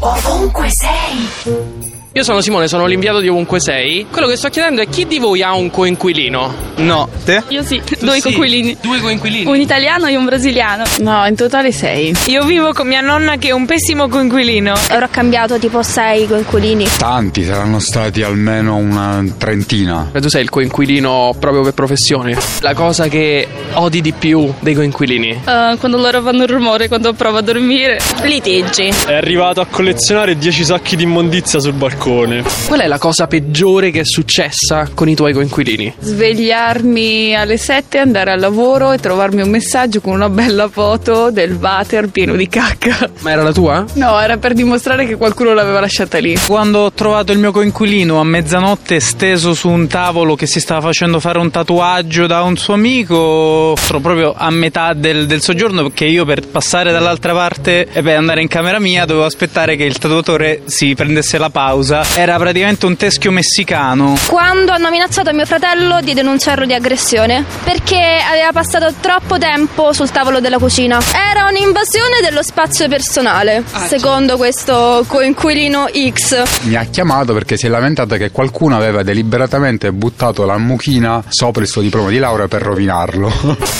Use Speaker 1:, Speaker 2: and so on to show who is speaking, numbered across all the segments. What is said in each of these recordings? Speaker 1: Ovunque sei.
Speaker 2: Io sono Simone, sono l'inviato di Ovunque Sei. Quello che sto chiedendo è chi di voi ha un coinquilino?
Speaker 3: No, te?
Speaker 4: Io sì, due coinquilini.
Speaker 2: Due coinquilini?
Speaker 4: Un italiano e un brasiliano.
Speaker 5: No, in totale sei.
Speaker 6: Io vivo con mia nonna che è un pessimo coinquilino.
Speaker 7: Avrò cambiato tipo sei coinquilini.
Speaker 8: Tanti, saranno stati almeno una trentina.
Speaker 2: Tu sei il coinquilino proprio per professione. La cosa che odi di più dei coinquilini?
Speaker 4: Eh, quando loro fanno il rumore, quando provo a dormire.
Speaker 6: Litigi.
Speaker 9: È arrivato a collezionare 10 sacchi di immondizia sul balcone.
Speaker 2: Qual è la cosa peggiore che è successa con i tuoi coinquilini?
Speaker 5: Svegliarmi alle 7, andare al lavoro e trovarmi un messaggio con una bella foto del water pieno di cacca.
Speaker 2: Ma era la tua?
Speaker 5: No, era per dimostrare che qualcuno l'aveva lasciata lì.
Speaker 10: Quando ho trovato il mio coinquilino a mezzanotte steso su un tavolo che si stava facendo fare un tatuaggio da un suo amico, sono proprio a metà del, del soggiorno perché io per passare dall'altra parte e per andare in camera mia dovevo aspettare che il tatuatore si prendesse la pausa. Era praticamente un teschio messicano.
Speaker 7: Quando hanno minacciato mio fratello di denunciarlo di aggressione perché aveva passato troppo tempo sul tavolo della cucina. Era un'invasione dello spazio personale, secondo questo coinquilino X.
Speaker 8: Mi ha chiamato perché si è lamentata che qualcuno aveva deliberatamente buttato la mucchina sopra il suo diploma di laurea per rovinarlo.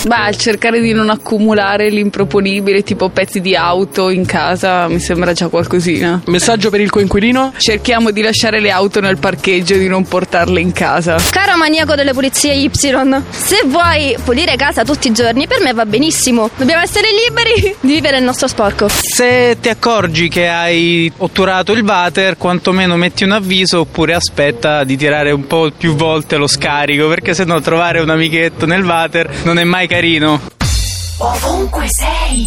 Speaker 5: Beh, cercare di non accumulare l'improponibile, tipo pezzi di auto in casa, mi sembra già qualcosina.
Speaker 2: Messaggio per il coinquilino?
Speaker 5: Cerchiamo di lasciare le auto nel parcheggio e di non portarle in casa.
Speaker 7: Caro maniaco delle pulizie Y, se vuoi pulire casa tutti i giorni, per me va benissimo. Dobbiamo essere liberi di vivere il nostro sporco.
Speaker 10: Se ti accorgi che hai otturato il water, quantomeno metti un avviso oppure aspetta di tirare un po' più volte lo scarico, perché sennò trovare un amichetto nel water non è mai carino.
Speaker 1: Ovunque sei.